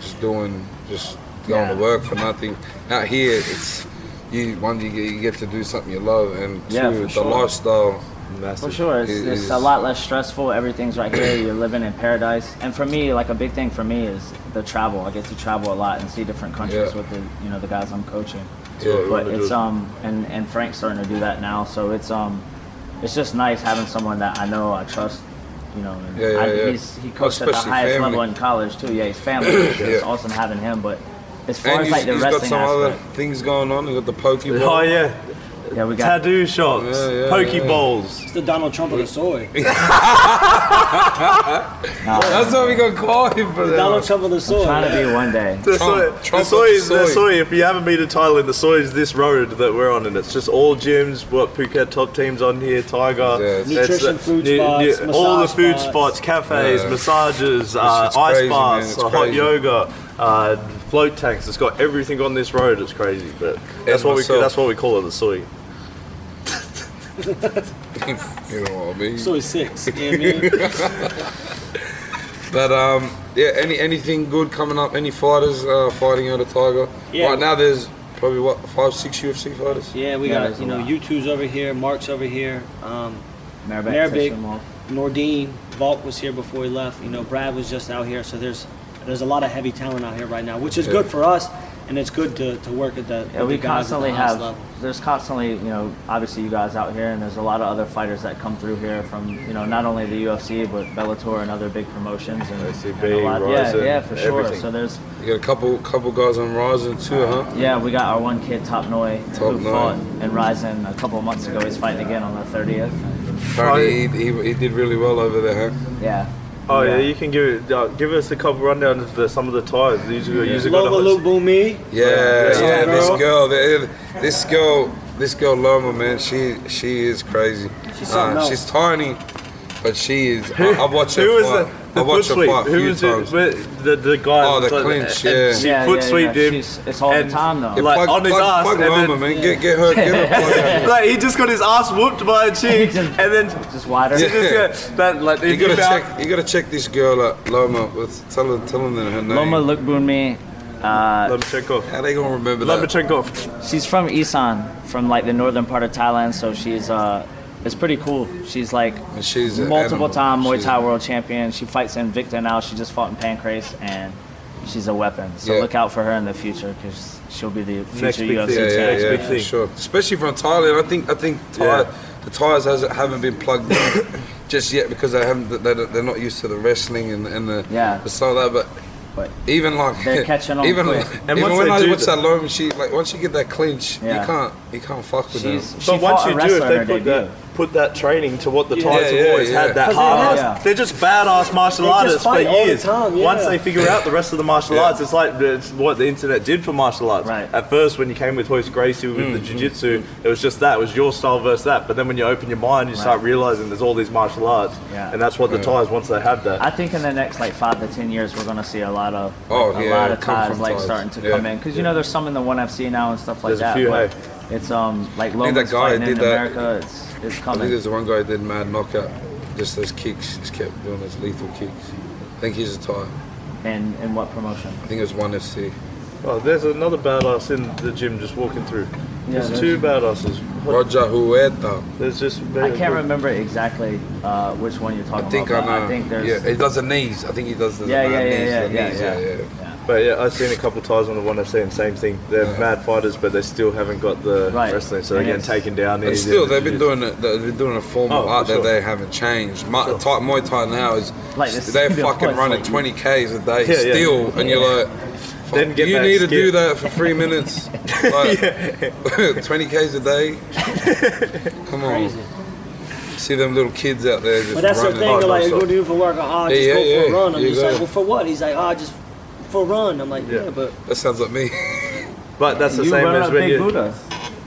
S2: just doing, just going to
S3: Yeah.
S2: work for nothing. Out here, it's you one you get, you get to do something you love, and two
S3: Yeah, for
S2: the
S3: sure.
S2: lifestyle.
S1: massive.
S3: For sure, it's,
S2: It
S3: it's
S2: is-
S3: a lot less stressful. Everything's right here. You're living in paradise. And for me, like a big thing for me is the travel. I get to travel a lot and see different countries
S2: Yeah.
S3: with the you know the guys I'm coaching.
S2: Yeah.
S3: but
S1: wanna
S3: it's
S1: do.
S3: um and and Frank's starting to do that now, so it's um it's just nice having someone that I know I trust. You know, and
S2: Yeah, yeah,
S3: I,
S2: yeah.
S3: he's he coached at the
S2: Especially
S3: highest
S2: family.
S3: level in college too. Yeah, he's family. so It's
S2: Yeah.
S3: awesome having him. But as far
S2: And
S3: as
S2: he's,
S3: like the
S2: he's got
S3: wrestling
S2: some other
S3: aspect,
S2: things going on. He got the Pokeball.
S1: Oh yeah,
S3: yeah, we got
S1: tattoo shops,
S2: Yeah, yeah, yeah.
S1: pokeballs.
S5: It's the Donald Trump of the soy.
S2: That's why we gonna call him for
S5: Donald
S2: that.
S5: Trump of the soy.
S3: trying to be one day.
S1: The
S2: Trump-
S1: soy, the
S2: Trump
S1: soy,
S2: of
S1: is, the
S2: soy.
S1: soy. If you haven't been to Thailand, the soy is this road that we're on, and it's just all gyms. What Phuket top teams on here? Tiger,
S2: Yeah, it's-
S1: That's
S5: Nutrition, food spots,
S1: all the
S5: massage
S1: food
S5: spots.
S1: spots, cafes,
S2: Yeah.
S1: massages, uh,
S2: it's
S1: ice
S2: crazy, man,
S1: baths,
S2: it's
S1: uh, hot
S2: crazy.
S1: yoga, uh, float tanks. It's got everything on this road. It's crazy, but that's what we
S2: myself.
S1: that's what we call it, the soy.
S2: you know what I mean?
S5: Soy six. You know what I mean?
S2: But um, yeah, any anything good coming up? Any fighters uh, fighting out of Tiger?
S5: Yeah.
S2: Right now, there's probably what five, six UFC fighters.
S5: Yeah, we
S3: Yeah,
S5: got
S3: there's
S5: you
S3: a
S5: know
S3: lot.
S5: you two's over here, Mark's over here, um,
S3: Merriback,
S5: Merriback.
S3: Session Walk.
S5: Nordine, Volk was here before he left. You know Brad was just out here, so there's there's a lot of heavy talent out here right now, which is good for us, and it's good to, to work at the,
S3: Yeah,
S5: with
S3: we
S5: the guys at the
S3: constantly
S5: highest
S3: have.
S5: level.
S3: There's constantly, you know, obviously you guys out here, and there's a lot of other fighters that come through here from, you know, not only the UFC but Bellator and other big promotions. And,
S1: ACB,
S3: and a lot, yeah,
S1: Ryzen,
S3: yeah, for sure.
S1: everything.
S3: So there's,
S2: You got a couple couple guys on Rising too, huh?
S3: yeah, we got our one kid Top Noi
S2: Top
S3: who
S2: Noi.
S3: fought in Ryzen a couple of months ago. He's fighting again on the 30th.
S2: Apparently, he, he, he did really well over there, huh?
S3: Yeah.
S1: Oh yeah, you can give it, uh, give us a couple rundown of the, some of the ties. These are these are good
S5: Lova
S1: ones.
S5: Lou Boomy.
S2: Yeah,
S1: Yeah,
S2: yeah.
S1: yeah,
S2: this
S1: bro.
S2: girl, the- this girl, this girl Loma, man. She she is crazy.
S5: She's something else.
S2: she's tiny, but she is. I, I watched her
S1: Who was
S2: fight.
S1: the, the
S2: I
S1: foot
S2: watched her
S1: sweep?
S2: fight a
S1: Who
S2: few
S1: was
S2: times.
S1: it? The, the guy.
S2: Oh, the
S1: that's like-
S2: clinch,
S1: and
S2: yeah.
S1: She
S3: Yeah,
S1: foot
S3: yeah,
S1: sweeped
S3: yeah.
S1: him.
S3: She's- it's all the
S1: and,
S3: time, though.
S2: Yeah,
S1: Like
S2: plug,
S1: on his
S2: plug,
S1: ass.
S2: plug
S1: and
S2: Loma,
S1: then,
S2: man. Get get her. Get her plug out.
S1: Like he just got his ass whooped by a chick,
S3: Just-
S1: and then
S3: Just wider.
S1: she just got that like.
S2: You
S1: if you
S2: gotta
S1: found-
S2: check. You gotta check this girl out, Loma. With tell her, tell her her name.
S3: Loma Lukbunmi, uh,
S1: Lomachenko.
S2: How they gonna remember that?
S1: Lomachenko.
S3: She's from Isan, from like the northern part of Thailand, so she's uh, it's pretty cool. She's like
S2: And she's an
S3: multiple
S2: animal.
S3: time Muay
S2: She's-
S3: Thai world champion. She fights Invicta now. She just fought in Pancrase, and she's a weapon. So
S2: Yeah.
S3: look out for her in the future because she'll be the future
S1: Next big
S3: UFC
S1: thing.
S2: Yeah,
S3: champion.
S2: yeah,
S1: Next
S2: yeah,
S1: big
S2: for
S1: thing.
S2: sure. Especially from Thailand, I think. I think Thai,
S1: Yeah.
S2: the Thais has, haven't been plugged in just yet because they haven't. They, don't- they're not used to the wrestling and, and the
S3: Yeah.
S2: the stuff like that. But,
S3: But
S2: even like
S3: they're catching on
S2: Even,
S3: quick.
S1: And
S2: even
S1: once
S2: when
S1: they
S2: I
S1: do
S2: watch
S1: that-
S2: that Loma, she like once you get that clinch,
S3: Yeah.
S2: you can't you can't fuck with
S3: She's
S2: her.
S3: she
S1: But once
S3: fought
S1: you
S3: a
S1: do, if
S3: wrestler in
S1: they
S3: her
S1: put
S3: debut.
S1: that put that training to what the Thais have
S2: yeah,
S1: always
S2: yeah.
S1: had that
S5: 'Cause they
S1: hard.
S3: have-
S1: They're just badass martial
S5: just
S1: artists for
S5: fight all the
S1: years.
S5: time, yeah.
S1: Once they figure out the rest of the martial
S2: Yeah.
S1: arts, it's like it's what the internet did for martial arts.
S3: Right.
S1: At first, when you came with Hoist Gracie with the jiu-jitsu, it was just that. It was your style versus that. But then when you open your mind, you start realizing there's all these martial arts,
S3: Yeah.
S1: and that's what the Thais once they have that.
S3: I think in the next like five to ten years, we're gonna see a lot of like,
S2: Oh,
S3: a
S2: yeah,
S3: lot of
S2: come
S3: ties
S2: from
S3: like
S2: ties.
S3: starting to
S2: Yeah.
S3: come in because you know there's some in the one FC now and stuff like
S1: There's a
S3: that.
S1: few,
S3: but
S1: hey.
S3: It's um like
S2: think that
S3: Loma's
S2: guy
S3: fighting in
S2: did that-
S3: America. It's it's
S2: I think
S3: coming.
S2: there's the one guy who did mad knockout. Just those kicks, just kept doing those lethal kicks. I think he's a Thai.
S3: And in what promotion?
S2: I think it was one FC.
S1: Oh, there's another badass in the gym just walking through. There's
S3: there's-
S1: two badasses.
S2: Roger Huerta.
S1: There's just
S3: I can't remember exactly uh, which one you're talking
S2: I think I
S3: about. but
S2: know.
S3: I think there's
S2: yeah, he does the knees. I think he does the
S3: Yeah, yeah,
S2: the
S3: yeah,
S2: knees,
S3: yeah,
S2: the
S3: yeah,
S2: knees,
S3: yeah.
S2: yeah, yeah.
S1: But yeah, I've seen a couple times on the one I've seen, same thing. They're mad fighters, but they still haven't got the
S3: Right.
S1: wrestling, so they're
S3: And
S1: getting
S3: it's-
S1: taken down.
S2: And
S1: easy.
S2: still, they've been doing it. They've been doing a form
S1: Oh,
S2: of
S1: for
S2: art
S1: sure.
S2: that they haven't changed. My, Thai, Muay Thai now is
S3: Like this-
S2: they're
S3: yeah,
S2: fucking
S3: it's
S2: running
S3: like-
S2: 20 k's a day
S1: Yeah, yeah.
S2: still, and you're like, fuck,
S1: Then get
S2: you
S1: that
S2: need to do
S1: skip.
S2: that for three minutes, like, 20 k's a day. Come on,
S5: Crazy.
S2: see them little kids out there just
S5: But that's the
S2: running.
S5: thing.
S1: Oh,
S5: Like,
S1: no,
S5: what do
S1: so-
S5: you do for work? Oh, I
S2: Yeah,
S5: just
S2: yeah,
S5: go for
S2: yeah.
S5: a run. I'm
S2: You
S5: just
S2: go.
S5: like, well, for what? He's like, oh, I just for a run. I'm like, yeah,
S1: Yeah.
S5: but
S2: That sounds like me.
S1: But that's the
S3: you
S1: same
S3: run
S1: as
S3: up
S1: when
S3: big
S1: you.
S3: Buddha.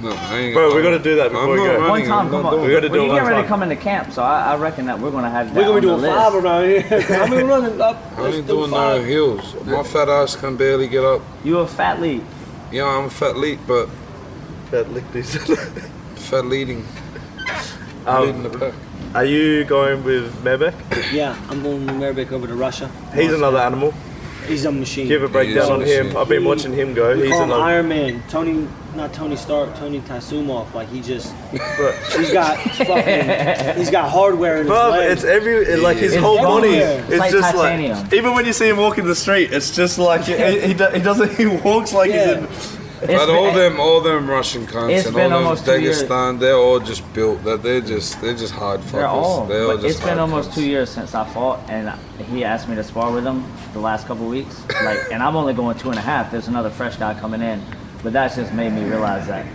S2: No, I ain't,
S1: Bro, we
S2: I'm-
S1: gotta do that
S2: I'm
S1: before we
S2: not
S1: go.
S2: running,
S3: One time,
S2: I'm not
S3: come on.
S2: doing
S1: We gotta
S2: that.
S3: when
S1: do it
S3: you
S1: one
S3: get ready
S1: time.
S3: to come into camp, so I, I reckon that we're gonna have that
S5: We're gonna be
S3: on
S5: doing
S3: the
S5: five
S3: list.
S5: around here. I mean, running up.
S2: I
S5: let's
S2: ain't
S5: do
S2: doing no
S5: five.
S2: hills. My fat ass can barely get up.
S3: You a fat lead.
S2: Yeah, I'm a fat lead, but
S1: That lick these.
S2: fat leading, leading
S1: um,
S2: the pack.
S1: are you going with Mebek?
S5: Yeah, I'm going from Arabic over to Russia.
S1: He's another animal.
S5: He's a machine.
S1: Give a
S2: is
S1: breakdown
S2: a
S1: on him.
S2: machine.
S1: I've been watching him go.
S5: We
S1: He's
S5: call him
S1: another.
S5: Iron Man. Tony, not Tony Stark. Tony Tasumov. Like he just,
S1: Bro,
S5: he's got fucking, he's got hardware in his
S1: Bro,
S5: legs.
S1: it's every it- like his
S2: It's
S1: whole body.
S5: everywhere.
S1: It's,
S3: It's like
S1: just
S3: titanium.
S1: like even when you see him walking the street, it's just like he, he, do- he doesn't. He walks like
S5: Yeah.
S1: he's in.
S2: But
S3: e-
S2: all them, all them Russian cunts
S3: it's
S2: and
S3: been
S2: all them
S3: almost two years.
S2: Dagestan, they're all just built. That they're just, they're just hard fuckers.
S3: They're all.
S2: They're all
S3: but
S2: just
S3: it's been
S2: hard
S3: almost
S2: cunts.
S3: two years since I fought, and he asked me to spar with him the last couple weeks. Like, and I'm only going two and a half. There's another fresh guy coming in, but that's just made me realize that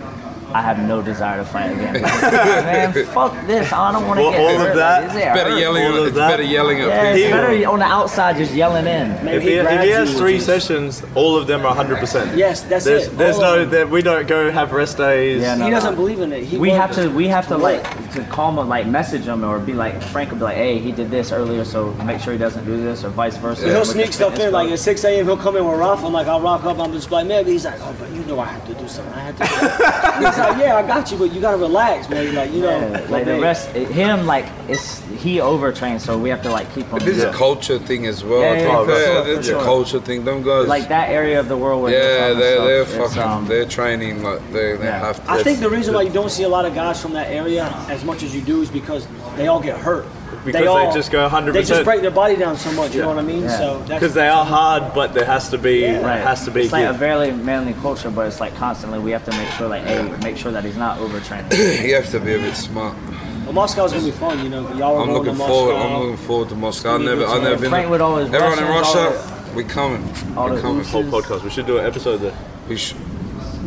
S3: I have no desire to fight again. Like, man, fuck this. I don't want to
S1: Well,
S3: get
S1: all of
S3: hurt. Like,
S1: that-
S3: is there
S2: Better
S3: hurt?
S2: yelling,
S1: All of
S2: at, it's
S1: that.
S2: better yelling at
S3: Yeah, it's
S2: people.
S3: better on the outside just yelling in.
S5: Maybe
S1: If he, if
S5: grabs
S1: he
S5: you
S1: has
S5: and
S1: three
S5: just-
S1: sessions, all of them are 100. percent
S5: Yes, that's
S1: there's,
S5: it. Oh.
S1: There's
S5: All
S1: no
S5: of them.
S1: that we don't go have rest days.
S3: Yeah, no.
S5: He doesn't believe in it. He
S3: We
S5: won't-
S3: have to, we have to
S5: Right.
S3: like to calm him, like message him, or be like Frank, would be like, hey, he did this earlier, so make sure he doesn't do this, or vice versa.
S5: He'll
S3: With the
S5: sneak stuff
S3: fitness
S5: in like
S3: coach.
S5: at 6 a.m. He'll come in with Rafa. I'm like, I'll rock up. I'm just like, man. But he's like, oh, but you know I have to do something. I have to. Do something." he's like, yeah, I got you, but you gotta relax, man. You're like, you know,
S3: Yeah, like the
S5: man,
S3: rest, him like it's he overtrained, so we have to like keep him.
S2: This is
S1: Yeah.
S2: a culture thing as well.
S3: Yeah,
S2: to
S3: yeah,
S2: be
S1: yeah, for
S2: fair,
S1: sure, for
S2: it's
S1: sure.
S2: a culture thing. Them guys,
S3: Like that area of the world where
S2: yeah,
S3: it's on the
S2: they're they're
S3: stuff, it's,
S2: fucking,
S3: um,
S2: they're training like they they
S3: yeah.
S2: have to.
S5: I think the reason why you don't see a lot of guys from that area as much as you do is because they all get hurt.
S1: Because they just go 100%.
S5: They just break their body down so much. You
S1: Yeah.
S5: know what I mean?
S3: Yeah.
S5: So that's
S1: because they are hard, but there has to be
S3: right.
S1: has to be.
S3: It's like a
S1: give.
S3: very manly culture, but it's like constantly we have to make sure like hey, make sure that he's not overtraining.
S2: you have to be a bit smart.
S5: Well, Moscow's gonna be fun. You know, y'all are
S2: I'm
S5: going
S2: looking
S5: to
S2: forward. I'm
S5: Moscow.
S2: looking forward to Moscow. I
S5: We need
S2: never,
S5: to
S2: I
S5: tell
S2: never been.
S3: Frank
S2: to-
S3: with all his
S2: Everyone in
S3: Russians, all
S2: Russia, we coming.
S3: all
S2: we
S3: the
S2: coming.
S3: Usos.
S1: whole podcast. We should do an episode there.
S2: We should.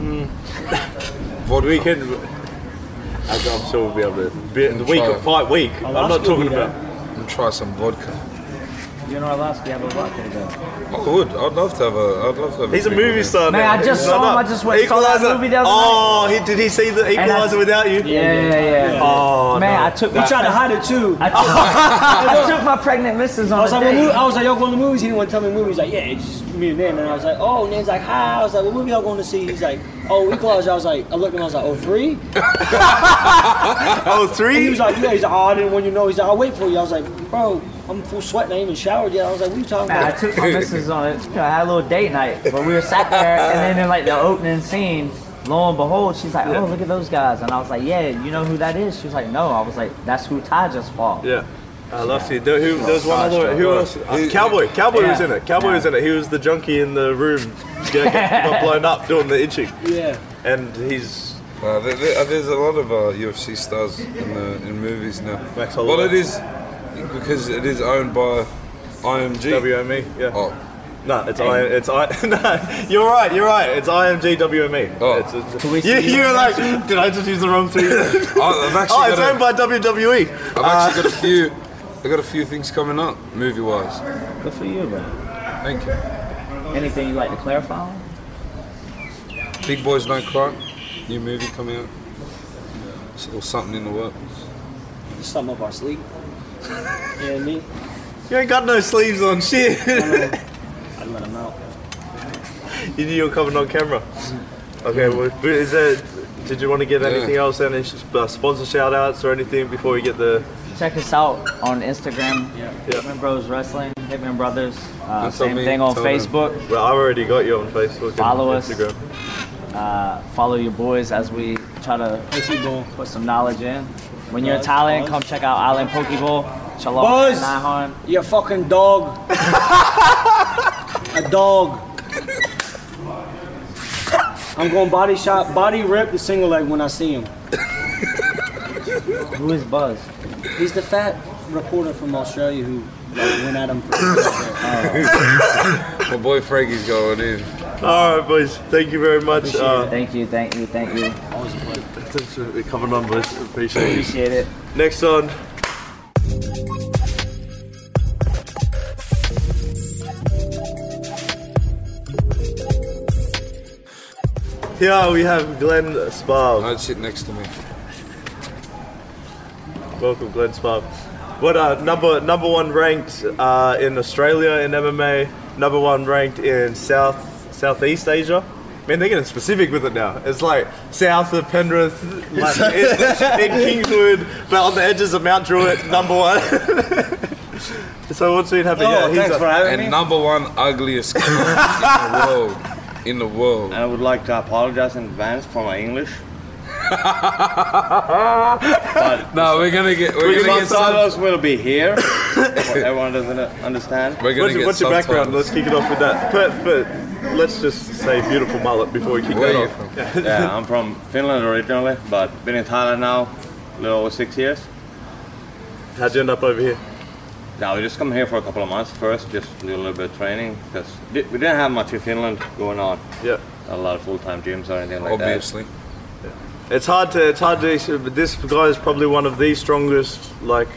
S1: We
S2: Vodka.
S1: can. I'm sure we'll be able to. Be, the week
S2: try.
S1: of fight week.
S3: Oh,
S1: I'm not
S5: Alaska will
S1: talking
S5: be
S1: about.
S2: We'll try some vodka.
S3: you know, Alaska have a vodka today.
S2: I would. I'd love to have a. I'd love to have.
S1: He's a
S2: drink with
S1: movie
S2: him.
S1: star
S3: Man,
S1: now.
S3: I just
S1: He's
S3: saw
S1: not
S3: him.
S1: up.
S3: I just went- saw that movie the other
S1: oh, he, did he see the
S3: I-
S1: Equalizer without you?
S3: Yeah, yeah, yeah.
S1: Oh,
S3: man,
S1: no.
S3: I took
S5: We
S3: my
S5: tried to hide it too.
S3: I took, I took my pregnant missus on
S5: I was
S3: a
S5: like,
S3: date.
S5: well, I was like, y'all going to the movies? He didn't want to tell me the movies. He's like, yeah, it's just me and Nan. And I was like, oh, Nan's like, hi. I was like, what movie y'all going to see? He's like, oh, Equalizer. I was like, I looked at him. I was like, oh, three?
S1: Oh,
S5: And he
S1: three?
S5: was like, yeah. He's like, oh, I didn't want you to know. He's like, I'll wait for you. I was like, bro, I'm full sweat. and I ain't even showered yet. I was like, what are you talking
S3: Man, I
S5: about?
S3: took my missus on it. You know, I had a little date night, but we were sat there, and then in like the opening scene, lo and behold, she's like, "Oh, look at those guys," and I was like, "Yeah, you know who that is?" She was like, "No," I was like, "That's who Ty just fought."
S1: Yeah. I love you. There, who, there's one
S3: Gosh,
S1: other. Who
S2: bro.
S1: else? Uh, Cowboy. Cowboy was
S3: Yeah.
S1: in it. Cowboy was in it. He was the junkie in the room, get, get, got blown up doing the itching,
S5: Yeah.
S1: and he's
S2: Uh, there, there- uh, there's a lot of uh, UFC stars in, uh, in movies now.
S1: Max
S2: Well,
S1: Holloway.
S2: it is because it is owned by IMG.
S1: WME. E, Yeah.
S2: Oh,
S1: No, it's I. It's I. No, you're right. You're right. It's IMG WME.
S2: Oh.
S1: E. It's, it's,
S3: Can we
S1: you,
S3: see
S1: you
S3: your
S1: were like, did I just use the wrong thing? oh,
S2: oh I've actually,
S1: it's owned
S2: got, a,
S1: by E. Ah. WWE.
S2: I've actually got a few. I got a few things coming up movie wise.
S3: Good for you, bro.
S2: Thank you.
S3: Anything you'd like to clarify? on?
S2: Big Boys Don't Cry, new movie coming out. S- Or something in the works.
S5: Just something up our sleep. You know what I mean?
S1: You ain't got no sleeves on. Shit.
S5: I let him out.
S1: You knew you were coming on camera. Okay, well, is there, did you want to get anything else? Any uh, sponsor shout outs or anything before we get the.
S3: Check us out on Instagram,
S1: Yeah.
S3: Hitman Bros Wrestling, Hitman Brothers. Uh,
S2: That's on
S3: same
S2: me.
S3: thing on
S2: Tell them.
S3: Facebook.
S1: Well, I've already got you on Facebook and
S3: Follow us.
S1: Instagram.
S3: Uh, follow your boys as we try to
S5: Let's keep going.
S3: put some knowledge in. When you're in Thailand, come check out Island Pokeball. Shalom,
S5: Buzz.
S3: Nihon.
S5: You're a fucking dog. a dog. I'm going body shot, body rip the single leg when I see him.
S3: Who is Buzz?
S5: He's the fat reporter from Australia who like, went at him for
S2: My boy Frankie's going in.
S1: All right, boys. Thank you very much. Uh,
S3: Thank you, thank you, thank you.
S5: Always a pleasure.
S1: thanks for coming on, boys. Appreciate you.
S3: Appreciate it.
S1: Next on. Here we have Glenn Sparv.
S2: I'd sit next to me.
S1: Welcome, Glenn Sparv. What uh, number number one ranked uh, in Australia in MMA? Number one ranked in South Southeast Asia. Man, they're getting specific with it now. It's like south of Penrith, like in, in Kingswood, but on the edges of Mount Druitt, number one. so what's been
S2: Oh,
S1: happening? Yeah, he's a-
S2: And number one ugliest cunt in the world. In the world.
S6: I would like to apologize in advance for my English.
S2: No, we're gonna get
S1: We
S2: we're gonna
S1: love
S2: get some,
S6: Subtitles will be here. for everyone doesn't understand.
S2: we're gonna
S1: What's,
S2: get
S1: what's your background?
S2: subtitles.
S1: Let's kick it off with that. But, but let's just say beautiful mullet before we kick
S2: Where
S1: that
S2: are you
S1: off.
S2: from?
S6: Yeah, I'm from Finland originally, but been in Thailand now, a little over six years.
S1: How'd you end up over here?
S6: Now we just come here for a couple of months first, just do a little bit of training because we didn't have much in Finland going on.
S1: Yeah.
S6: Not a lot of full-time gyms or anything like
S2: Obviously.
S1: It's hard to it's hard to but this guy is probably one of the strongest like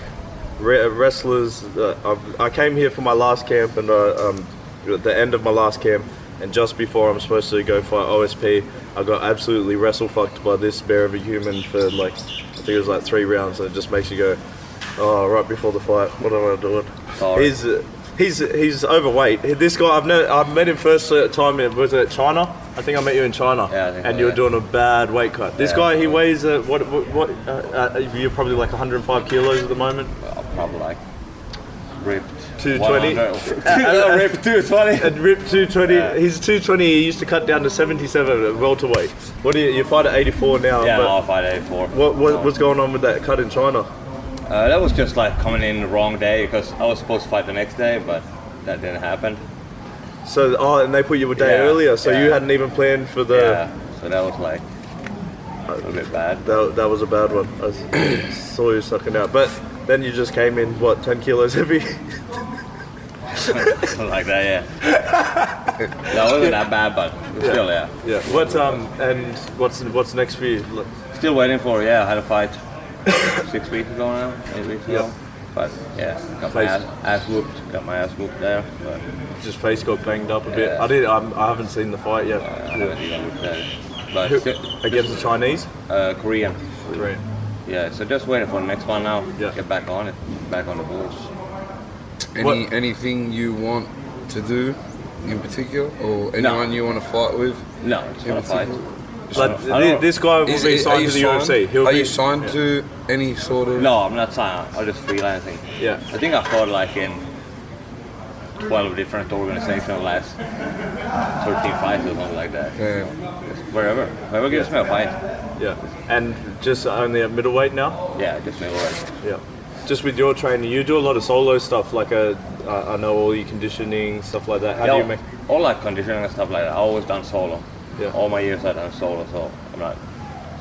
S1: re- wrestlers. that I've, I came here for my last camp and uh, um, at the end of my last camp and just before I'm supposed to go fight OSP, I got absolutely wrestle fucked by this bear of a human for like I think it was like three rounds and it just makes you go, oh right before the fight, what am I doing?
S6: Sorry.
S1: He's uh, he's he's overweight. This guy I've never I met him first uh, time in was it China? I think I met you in China
S6: Yeah, I think
S1: and
S6: so,
S1: you were
S6: yeah.
S1: doing a bad weight cut. This
S6: Yeah.
S1: guy, he weighs uh, what? What? what uh, uh, you're probably like 105 kilos at the moment.
S6: that. Well, probably like ripped.
S1: 220.
S6: 100 ripped 220.
S1: And rip 220. He's 220. He used to cut down to 77 at welterweight. What do you? You fight at 84 now.
S6: Yeah,
S1: but
S6: no, I fight 84.
S1: What, what what's going on with that cut in China?
S6: Uh, that was just like coming in the wrong day because I was supposed to fight the next day, but that didn't happen.
S1: So oh, and they put you a day
S6: Yeah,
S1: earlier, so you
S6: yeah.
S1: hadn't even planned for the.
S6: yeah, so that was like a little bit bad.
S1: That, that was a bad one. I s- saw you sucking out, but then you just came in what 10 kilos heavy.
S6: Something like that, yeah. that wasn't that bad, but still, yeah.
S1: yeah. What um and what's what's next for you? Like,
S6: Still waiting for, yeah, I had a fight six weeks ago now, eight weeks ago.
S1: Yeah.
S6: But yeah, got my
S1: Face-
S6: ass, ass whooped, got my ass whooped there, but
S1: just face got banged up a bit.
S6: Yeah.
S1: I did. I'm, I haven't seen the fight yet.
S6: I haven't even looked at it. But
S1: Who-
S6: still-
S1: against the Chinese.
S6: uh, Korean.
S1: Right.
S6: Yeah, so just waiting for the next one now.
S1: Yeah.
S6: Get back on it, back on the bulls.
S2: Any
S1: What-
S2: anything you want to do in particular or anyone you want to fight with?
S6: No, it's
S2: in
S6: not a fight.
S2: particular?
S1: Like
S6: I
S1: thi-
S6: don't-
S1: this guy will
S2: Is-
S1: be
S2: is- are
S1: signed
S2: you
S1: to the
S2: signed-
S1: UFC. He'll
S2: Are
S1: be,
S2: you signed
S1: yeah.
S2: to any sort of? uh,
S6: No, I'm not signed. I'm just freelancing.
S1: Yeah.
S6: I think I fought like in 12 different organizations last 13 fights or something like that.
S2: Yeah.
S6: Just wherever. Whoever gives me a fight.
S1: Yeah. And just only at middleweight now.
S6: Yeah, just me work.
S1: Yeah. Just with your training, you do a lot of solo stuff. Like uh, I I know all your conditioning stuff like that. How do you make?
S6: All like conditioning and stuff like that. I always done solo.
S1: Yeah.
S6: All my years I done solo, so I'm not.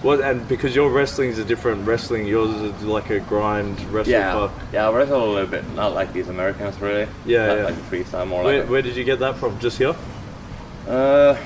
S1: Well, and because your wrestling is a different wrestling, yours is like a grind wrestle.
S6: Yeah,
S1: fuck.
S6: yeah, I wrestle a little bit. Not like these Americans, really.
S1: Yeah,
S6: Not
S1: yeah.
S6: like freestyle, more
S1: Where,
S6: like.
S1: where did you get that from? Just here?
S6: Uh,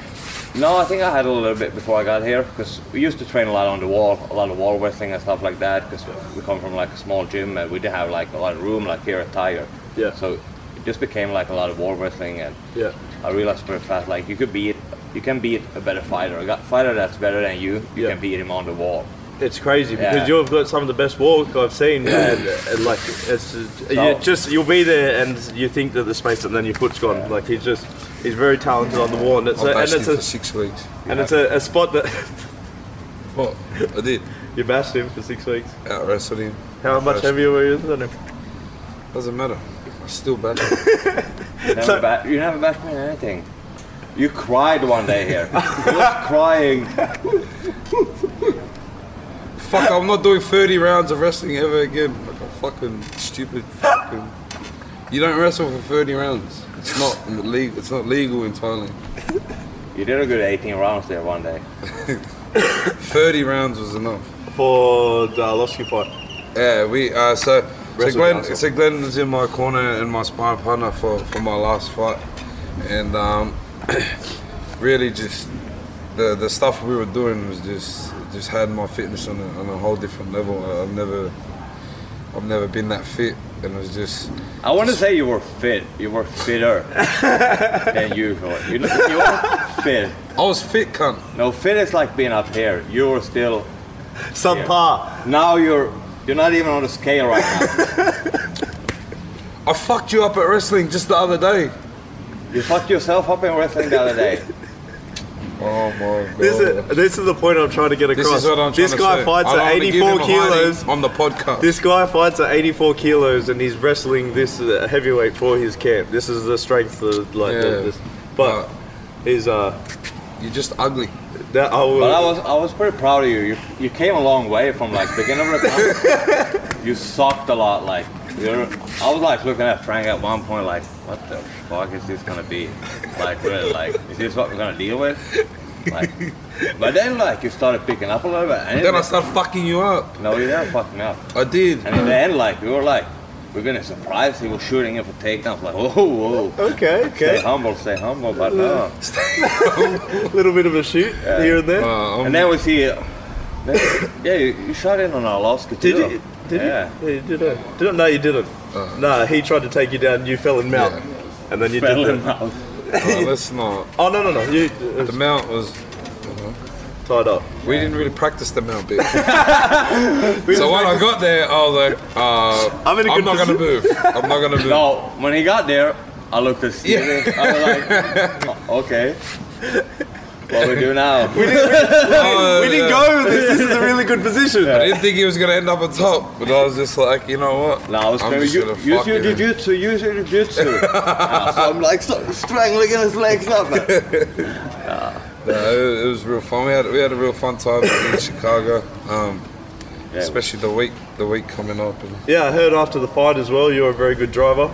S6: no, I think I had a little bit before I got here because we used to train a lot on the wall, a lot of wall wrestling and stuff like that. Because we come from like a small gym and we didn't have like a lot of room like here at Tiger.
S1: Yeah.
S6: So it just became like a lot of wall wrestling, and
S1: Yeah.
S6: I realized pretty fast like you could beat, you can beat a better fighter, a gu- fighter that's better than you. You
S1: Yeah.
S6: can beat him on the wall.
S1: It's crazy because
S6: Yeah.
S1: you've got some of the best walk I've seen, and, and like it's you
S6: So-
S1: just you'll be there and you think that the space and then your foot's gone. Like he's just he's very talented on the wall, and it's
S2: I've
S1: a, and
S2: bashed him
S1: it's
S2: for
S1: a
S2: six weeks.
S1: and it's a, a spot that
S2: What? I did.
S1: you bashed him for six weeks.
S2: Out wrestled him.
S1: How much
S2: Bashed.
S1: heavier were you than him?
S2: Doesn't matter. I still battle.
S6: You never,
S1: So-
S6: ba- you never bashed me in anything. You cried one day here. you was crying.
S2: Fuck, I'm not doing 30 rounds of wrestling ever again. Like a fucking stupid fucking. You don't wrestle for 30 rounds. It's not legal. It's not legal in Thailand.
S6: You did a good 18 rounds there one day.
S2: 30 rounds was enough.
S1: For the Arlovski fight,
S2: Yeah, we uh, so so
S1: Wrestle
S2: Glenn,
S1: Council.
S2: so Glenn was in my corner and my sparring partner for, for my last fight, and um, really just the the stuff we were doing was just just had my fitness on a, on a whole different level. I- I've never I've never been that fit, and it was just
S6: I want to say you were fit. You were fitter than usual. You, look- you were fit.
S2: I was fit, cunt.
S6: No, fit is like being up here. You were still.
S1: Subpar.
S6: Now you're. You're not even on the scale right now.
S2: I fucked you up at wrestling just the other day.
S6: You fucked yourself up in wrestling the other day.
S2: Oh my god.
S1: This is this is the point I'm trying to get across.
S2: This is what I'm
S1: This
S2: trying to
S1: guy
S2: say.
S1: fights
S2: I don't
S1: at
S2: wanna give
S1: 84
S2: him a hiding
S1: kilos.
S2: on the podcast.
S1: This guy fights at 84 kilos and he's wrestling this uh, heavyweight for his camp. This is the strength of like the-
S2: Yeah.
S1: this, but he's uh
S2: You're just ugly.
S1: that I will.
S6: But I was I was pretty proud of you. You you came a long way from like beginner of the conference. You sucked a lot. Like you're, I was like looking at Frank at one point, like what the fuck is this gonna be? Like really, like is this what we're gonna deal with? Like, but then like you started picking up a little bit. And
S2: Then I
S6: it-
S2: started fucking you up.
S6: no, you didn't fucking up.
S2: I did.
S6: And in the end, like we were like, we're gonna surprise. He was shooting him for takedowns. Like whoa, whoa.
S1: okay,
S6: Stay
S1: okay,
S6: humble, stay humble, but no.
S1: a little bit of a shoot here and there.
S2: Uh,
S6: And
S2: I'm-
S6: then we see, uh, then- yeah, you, you shot in on Alaska too.
S1: Did you? Did
S6: yeah.
S1: you? Yeah, you did. uh, Did no, you didn't.
S2: Uh.
S1: nah, he tried to take you down. You fell in mount, and then you
S6: Fell
S1: did.
S6: in
S1: The,
S6: love.
S2: uh, let's not.
S1: oh no, no, no. You it
S2: The
S1: was
S2: mount was.
S1: tied up.
S2: We didn't really practice the mount bit. so when I got there, I was like, uh,
S1: I'm
S2: I'm,
S1: in a good
S2: not gonna move. I'm not gonna move.
S6: No, when he got there, I looked at Steven. I was like, "Oh, okay, what we do now?
S2: Oh,
S1: we didn't
S2: yeah.
S1: go with this. This is a really good position.
S2: I didn't think he was gonna end up on top, but I was just like, you know what?
S6: No, I was
S2: I'm
S6: going
S2: just
S6: use your
S2: gonna fuck it.
S6: jujitsu, use your jujitsu. Uh, so I'm like so, strangling his legs up. Like,
S2: No, it, it was real fun. We had we had a real fun time in Chicago, um,
S6: Yeah.
S2: especially the week the week coming up. And
S1: Yeah, I heard after the fight as well. You're a very good driver.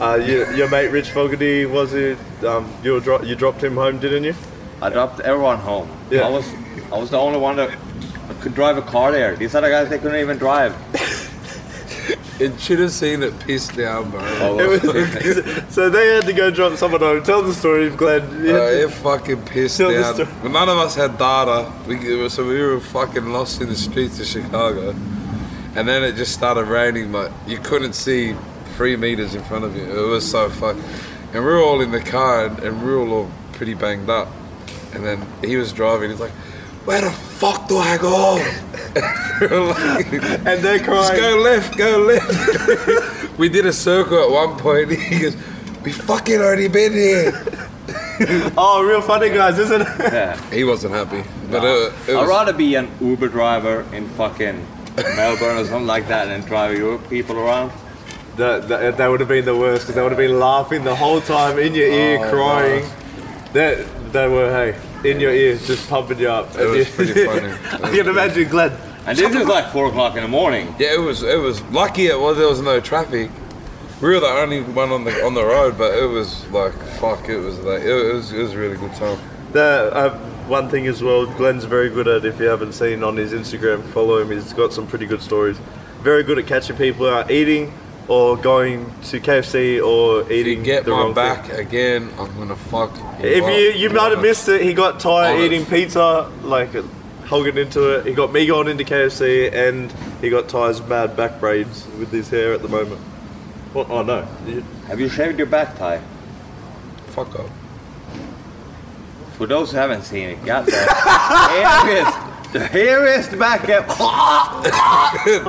S1: Uh, you, your mate Rich Fogarty was it? Um, you were dro- you dropped him home, didn't you?
S6: I dropped everyone home.
S1: Yeah.
S6: I was I was the only one that could drive a car there. These other guys they couldn't even drive.
S2: it should have seen it pissed down, bro.
S6: Oh,
S1: It was, so they had to go drop someone home. Tell the story. I'm glad. you had
S2: Uh,
S1: to-
S2: it fucking pissed
S1: Tell the
S2: down.
S1: story.
S2: But none of us had data, we, it was- so we were fucking lost in the streets of Chicago. And then it just started raining, like you couldn't see three meters in front of you. It was so fuck. And we were all in the car, and, and we were all pretty banged up. And then he was driving. He's like, "Where the fuck do I go?" And we were like,
S1: and they're
S2: just
S1: crying.
S2: go left, go left. we did a circle at one point. He goes, "We fucking already been here."
S1: Oh, real funny guys, isn't it?
S6: yeah.
S2: He wasn't happy, but uh, it, it
S6: I'd
S2: was.
S6: rather be an Uber driver in fucking Melbourne or something like that than drive your people around.
S1: That, that, that would have been the worst because they would have been laughing the whole time in your ear,
S6: Oh,
S1: crying. That they were hey in your ears, just pumping you up.
S2: It
S1: And
S2: was
S1: you-
S2: pretty funny. It
S1: I
S2: was
S1: can
S2: pretty-
S1: imagine Glenn.
S6: And this is like four o'clock in the morning.
S2: Yeah, it was. It was lucky. It was. There was no traffic. We were the only one on the on the road, but it was like fuck. It was like it, was. It was a really good time.
S1: The, uh, one thing as well, Glenn's very good at. If you haven't seen on his Instagram, follow him. He's got some pretty good stories. Very good at catching people out eating or going to KFC or
S2: If you
S1: eating.
S2: get
S1: the
S2: my
S1: wrong thing.
S2: back again, I'm gonna fuck.
S1: If you you might have missed it, he got tired
S2: Honest.
S1: eating pizza, like hogging into it. He got me going into KFC, and he got Ty's mad back braids with his hair at the moment. What? Oh no! You-
S6: Have you shaved your back tie?
S2: Fuck up.
S6: For those who haven't seen it, got the hairiest, the hairiest back up.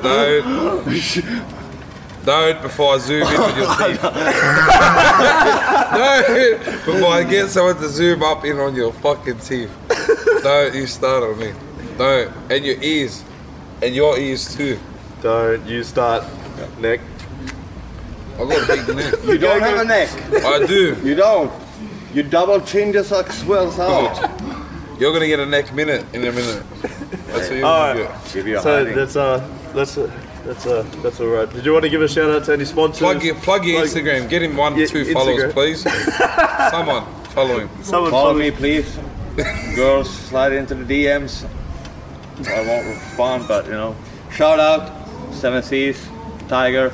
S2: don't. Don't before I zoom in with your teeth. don't before I get someone to zoom up in on your fucking teeth. Don't you start on me. Don't and your ears, and your ears too.
S1: Don't you start, Nick?
S2: I got a big neck.
S6: You don't have a neck.
S2: I do.
S6: You don't. You double chin just like swells out.
S2: You're gonna get a neck minute in a minute. That's what you're
S1: All
S2: gonna
S1: right.
S2: get.
S6: Give you a
S1: So
S6: hiding.
S1: that's uh, that's uh, that's uh, that's all right. Did you want to give a shout out to any sponsors?
S2: Plug your plug your
S1: Plug-
S2: Instagram. Get him one
S1: Yeah,
S2: two
S1: Instagram.
S2: followers, please. Someone follow him.
S1: Someone
S6: Follow
S1: follow
S6: me, please. Girls, slide into the DMs. I won't respond, but you know. Shout out, Seven Seas, Tiger,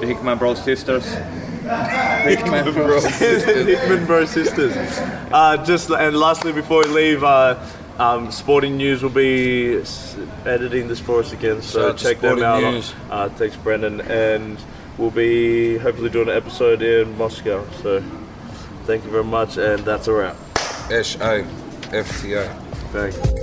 S6: the Hickman Bros sisters. Hickman Bros.
S1: Hickman Bro Sisters. Uh, just and lastly, before we leave, uh, Um, Sporting News will be s- editing this for us again, so
S2: Shout out to
S1: check them
S2: Sporting
S1: out.
S2: News.
S1: Uh, thanks, Brendan, and we'll be hopefully doing an episode in Moscow. So thank you very much, and that's a wrap.
S2: H I F T I.
S1: Thanks.